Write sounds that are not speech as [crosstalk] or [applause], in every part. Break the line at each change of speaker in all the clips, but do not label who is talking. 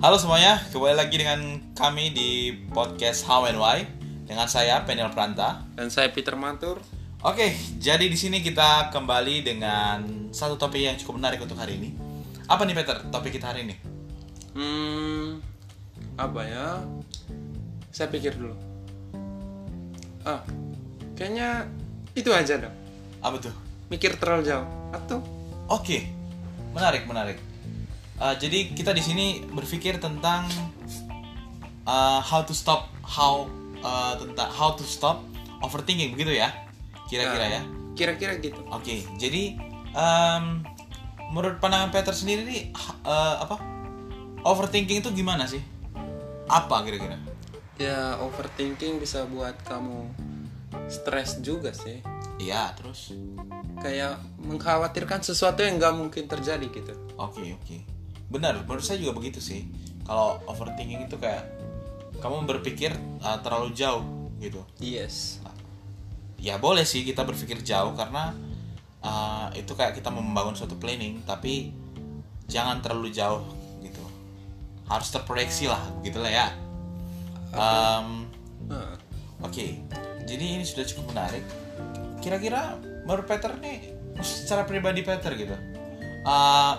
Halo semuanya, kembali lagi dengan kami di podcast How and Why dengan saya Penel Pranta.
Dan saya Peter Mantur.
Oke, jadi di sini kita kembali dengan satu topik yang cukup menarik untuk hari ini. Apa nih Peter topik kita hari ini?
Hmm, apa ya? Saya pikir dulu. Ah, kayaknya itu aja dong.
Apa tuh?
Mikir terlalu jauh. Atau
Oke, menarik menarik. Eh, jadi kita di sini berpikir tentang eh, how to stop how eh, tentang how to stop overthinking begitu ya? Kira-kira ya.
kira-kira gitu.
Oke, jadi em, menurut pandangan Peter sendiri nih ha- eh, apa overthinking itu gimana sih? Apa kira-kira?
Ya overthinking bisa buat kamu stres juga sih.
Iya, terus.
Kayak mengkhawatirkan sesuatu yang nggak mungkin terjadi gitu.
Oke, oke. Benar, menurut saya juga begitu sih. Kalau overthinking itu kayak kamu berpikir eh, terlalu jauh gitu.
Yes.
Ya boleh sih kita berpikir jauh karena eh, itu kayak kita membangun suatu planning, tapi jangan terlalu jauh gitu. Harus terproyeksi lah, begitulah ya. Em,
Ah,
Oke, jadi ini sudah cukup menarik. Kira-kira menurut Peter nih, secara pribadi Peter gitu, eh,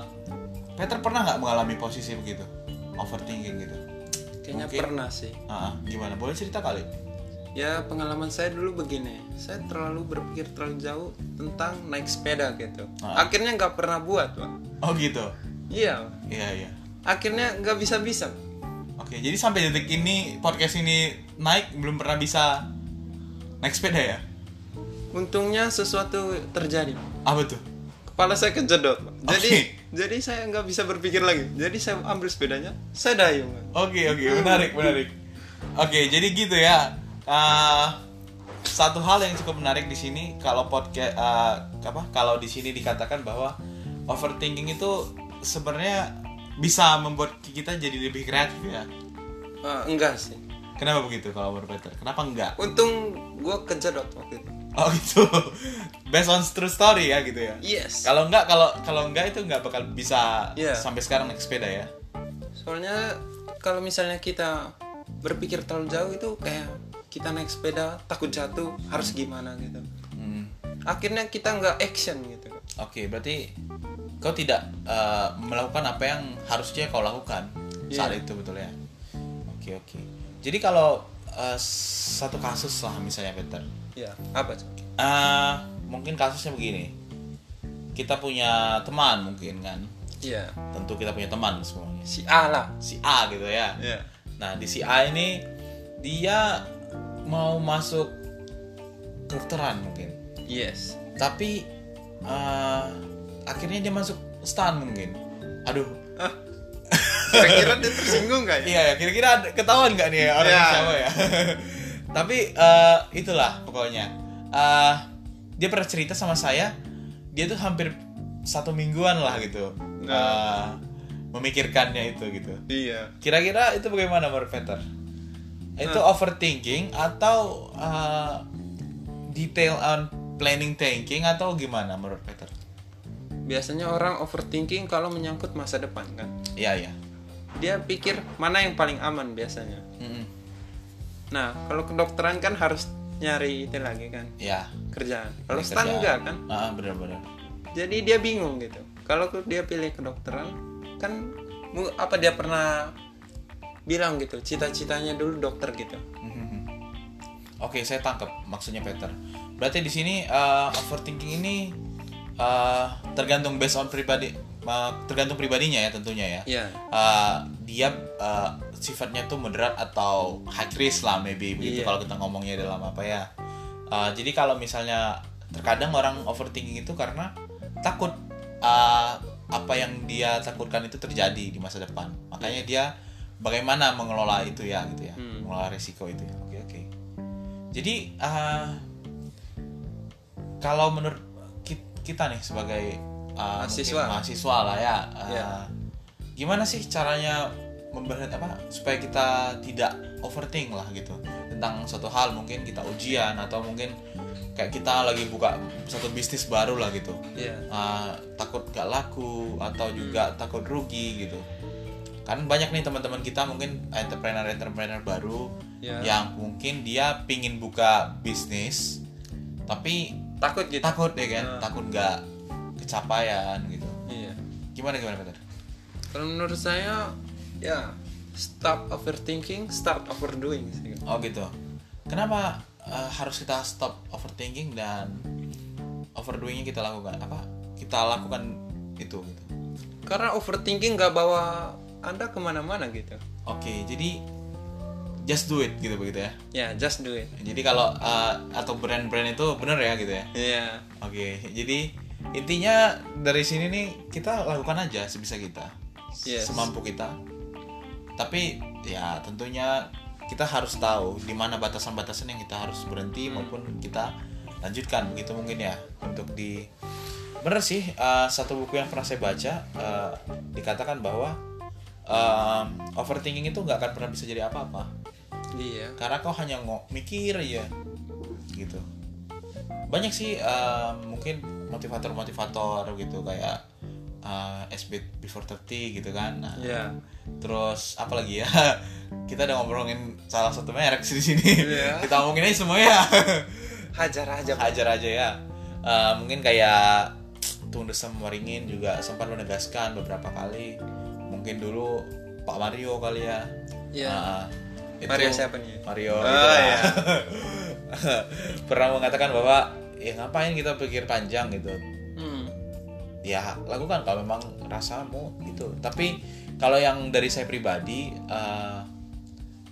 Peter pernah nggak mengalami posisi begitu, overthinking gitu?
kayaknya
Mungkin.
pernah sih.
Ah, gimana? Boleh cerita kali?
Ya pengalaman saya dulu begini, saya terlalu berpikir terlalu jauh tentang naik sepeda gitu.
Ah.
Akhirnya nggak pernah buat, pak.
Oh gitu,
Iya, Pak.
iya iya.
akhirnya nggak bisa bisa.
Oke, jadi sampai detik ini podcast ini naik belum pernah bisa naik sepeda ya?
Untungnya sesuatu terjadi. Pak.
Apa tuh?
Kepala saya kejedot, Pak. jadi
Oke.
jadi saya nggak bisa berpikir lagi. Jadi saya ambil sepedanya, saya dayung. Pak.
Oke oke menarik menarik. Oke jadi gitu ya. Ah, satu hal yang cukup menarik di sini kalau podcast apa kalau di sini dikatakan bahwa overthinking itu sebenarnya bisa membuat kita jadi lebih kreatif ya.
Eh, enggak sih.
Kenapa begitu kalau menurut Peter? Kenapa enggak?
Untung gue kejedot waktu itu.
Oh gitu. [laughs] Based on true story ya gitu ya.
Yes.
Kalau enggak kalau kalau enggak itu enggak bakal bisa
Iya.
sampai sekarang naik sepeda ya.
Soalnya kalau misalnya kita berpikir terlalu jauh itu kayak kita naik sepeda takut jatuh harus gimana gitu.
Hmm.
Akhirnya kita nggak action gitu.
Oke, berarti kau tidak eh, melakukan apa yang harusnya kau lakukan
Iya.
saat itu betul ya? Oke oke. Jadi kalau eh, satu kasus lah misalnya Peter,
Ya apa tuh?
Eh, mungkin kasusnya begini, kita punya teman mungkin kan,
Iya
tentu kita punya teman semuanya.
si A lah.
Si A gitu ya.
Iya.
Nah di si A ini dia mau masuk kedokteran mungkin.
Yes.
tapi eh, akhirnya dia masuk stan mungkin aduh
Ah, Kira-kira dia tersinggung nggak ya?
iya ya kira-kira ada- ketahuan nggak nih ya orang
Iya.
siapa ya [laughs] tapi eh, itulah pokoknya Eh, dia pernah cerita sama saya dia tuh hampir satu mingguan lah gitu eh, memikirkannya itu gitu
Iya.
kira-kira itu bagaimana menurut Peter itu overthinking atau eh, detail on planning thinking atau gimana menurut Peter
Biasanya orang overthinking kalau menyangkut masa depan kan.
Iya iya.
Dia pikir mana yang paling aman biasanya.
Mm-mm.
Nah kalau kedokteran kan harus nyari itu lagi kan
Ya.
kerjaan. Kalau
Ini
stan
kerjaan.
enggak kan?
Ah benar-benar.
Jadi dia bingung gitu. Kalau ke- dia pilih kedokteran kan mu- apa dia pernah bilang gitu cita-citanya dulu dokter gitu.
Mhm. Oke saya tangkap maksudnya Peter. Berarti di sini eh, overthinking ini eh, tergantung based on pribadi, eh, tergantung pribadinya ya tentunya ya.
Iya.
Eh, dia eh, sifatnya tuh moderat atau high risk lah maybe begitu
Iya.
kalau kita ngomongnya dalam apa ya. Eh, jadi kalau misalnya terkadang orang overthinking itu karena takut eh, apa yang dia takutkan itu terjadi di masa depan. Makanya dia bagaimana mengelola itu ya gitu ya,
Iya. Hmm.
mengelola risiko itu. ya. Oke oke. Jadi eh, kalau menurut ki- kita nih sebagai eh,
Mahasiswa.
mungkin mahasiswa lah ya. eh,
Iya.
Gimana sih caranya memberat apa supaya kita tidak overthink lah gitu tentang suatu hal mungkin kita ujian atau mungkin kayak kita lagi buka satu bisnis baru lah gitu
Iya.
Ah, takut gak laku atau juga takut rugi gitu kan banyak nih teman-teman kita mungkin entrepreneur entrepreneur baru
Ya.
yang mungkin dia pingin buka bisnis tapi
takut gitu
takut ya kan
Nah.
takut nggak kecapaian gitu
iya
gimana gimana Peter
kalau menurut saya ya stop overthinking start overdoing sih.
oh gitu kenapa eh, harus kita stop overthinking dan overdoingnya kita lakukan apa kita lakukan itu gitu
karena overthinking gak bawa anda kemana-mana gitu
oke jadi just do it gitu begitu ya
ya just do it
jadi kalau eh, atau brand-brand itu bener ya gitu ya
iya
Oke, jadi intinya dari sini nih kita lakukan aja sebisa kita,
Yes.
semampu kita. Tapi ya tentunya kita harus tahu di mana batasan-batasan yang kita harus berhenti maupun kita lanjutkan begitu mungkin ya untuk di bener sih eh, satu buku yang pernah saya baca eh, dikatakan bahwa eh, overthinking itu nggak akan pernah bisa jadi apa-apa
iya
karena kau hanya ngok mikir ya gitu banyak sih eh, mungkin motivator-motivator gitu kayak eh, SB before 30 gitu kan Nah,
iya
terus apa lagi ya [laughs] kita udah ngobrolin salah satu merek sih di sini
Iya.
kita ngomongin aja semuanya [laughs]
hajar aja Pak.
hajar aja ya Eh, mungkin kayak Tung Desem Waringin juga sempat menegaskan beberapa kali mungkin dulu Pak Mario kali ya
Iya.
Ah, itu-
Mario siapa nih?
Mario
Ah,
gitu lah.
iya.
[laughs] pernah mengatakan bahwa ya ngapain kita pikir panjang gitu
Hmm.
ya lakukan kalau memang rasamu gitu tapi kalau yang dari saya pribadi eh,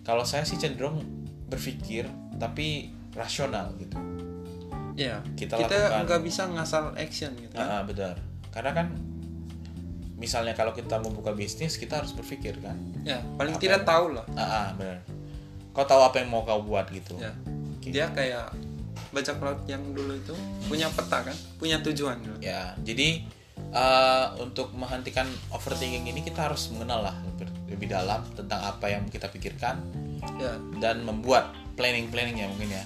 kalau saya sih cenderung berpikir tapi rasional gitu
Iya.
Kita
Kita,
lakukan.
nggak bisa ngasal action gitu.
Ah, ah, benar. Karena kan misalnya kalau kita mau buka bisnis kita harus berpikir kan.
Ya, paling
Apa
tidak
yang-
tahu lah.
Ah, ah, benar. Kau tahu apa yang mau kau buat gitu.
Ya.
Oke.
Dia kayak bajak laut yang dulu itu punya peta kan, punya tujuan dulu.
Ya, jadi eh, untuk menghentikan overthinking ini kita harus mengenal lah lebih, lebih dalam tentang apa yang kita pikirkan
Ya.
dan membuat planning-planningnya mungkin ya.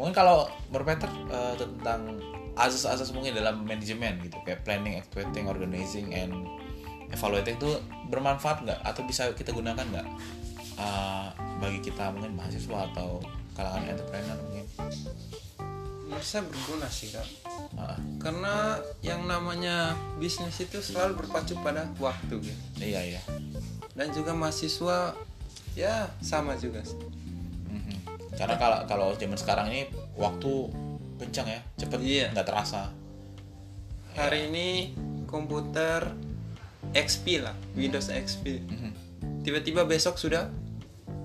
Mungkin kalau berpeter tentang asas-asas mungkin dalam manajemen gitu kayak planning, executing, organizing, and evaluating itu bermanfaat nggak atau bisa kita gunakan nggak eh, bagi kita mungkin mahasiswa atau kalangan entrepreneur mungkin.
Menurut saya berguna sih kan.
Ah,
Karena yang namanya bisnis itu selalu berpacu pada waktu gitu.
iya iya.
Dan juga mahasiswa ya sama juga sih.
Mhm. Karena kalau kalau zaman sekarang ini waktu kencang ya, cepet
Iya.
nggak terasa. Ya.
Hari ini komputer XP lah, Windows XP.
Mhm.
Tiba-tiba besok sudah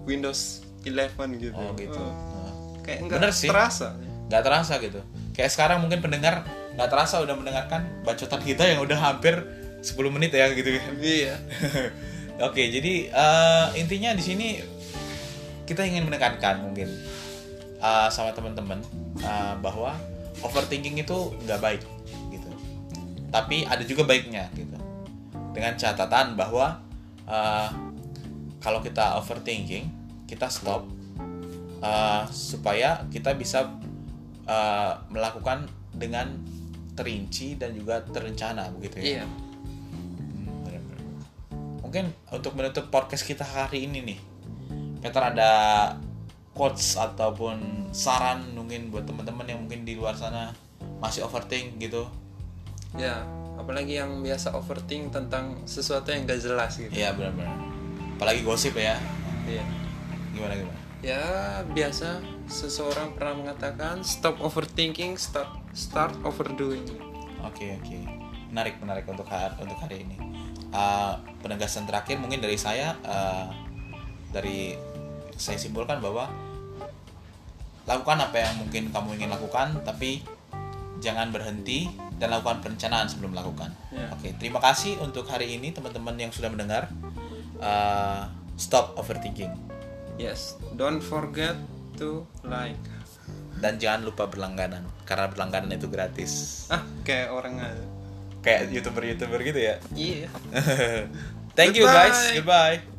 Windows 11 gitu.
Oh gitu.
Eh.
Nah.
kayak
Bener
enggak
sih.
terasa
nggak terasa gitu kayak sekarang mungkin pendengar nggak terasa udah mendengarkan bacotan kita yang udah hampir 10 menit ya gitu kan
iya
[laughs] oke jadi eh, intinya di sini kita ingin menekankan mungkin eh, sama teman-teman eh, bahwa overthinking itu nggak baik gitu tapi ada juga baiknya gitu dengan catatan bahwa eh, kalau kita overthinking kita stop eh, supaya kita bisa eh, melakukan dengan terinci dan juga terencana begitu ya
iya
Hmm, benar-benar. Mungkin untuk menutup podcast kita hari ini nih, Peter ada quotes ataupun saran mungkin buat teman-teman yang mungkin di luar sana masih overthink gitu.
ya apalagi yang biasa overthink tentang sesuatu yang gak jelas gitu
Iya benar-benar. Apalagi gosip ya.
iya
Gimana gimana?
ya biasa seseorang pernah mengatakan stop overthinking start start overdoing
Oke oke. Menarik menarik untuk hari untuk hari ini. Ah, penegasan terakhir mungkin dari saya ah, dari saya simpulkan bahwa lakukan apa yang mungkin kamu ingin lakukan tapi jangan berhenti dan lakukan perencanaan sebelum melakukan.
Ya.
Oke, terima kasih untuk hari ini teman-teman yang sudah mendengar. Ah, stop overthinking
yes don't forget to like
dan jangan lupa berlangganan karena berlangganan itu gratis.
ah kayak orang aja
Kayak youtuber-youtuber gitu ya.
iya
[laughs] Thank you guys.
Goodbye.
Goodbye.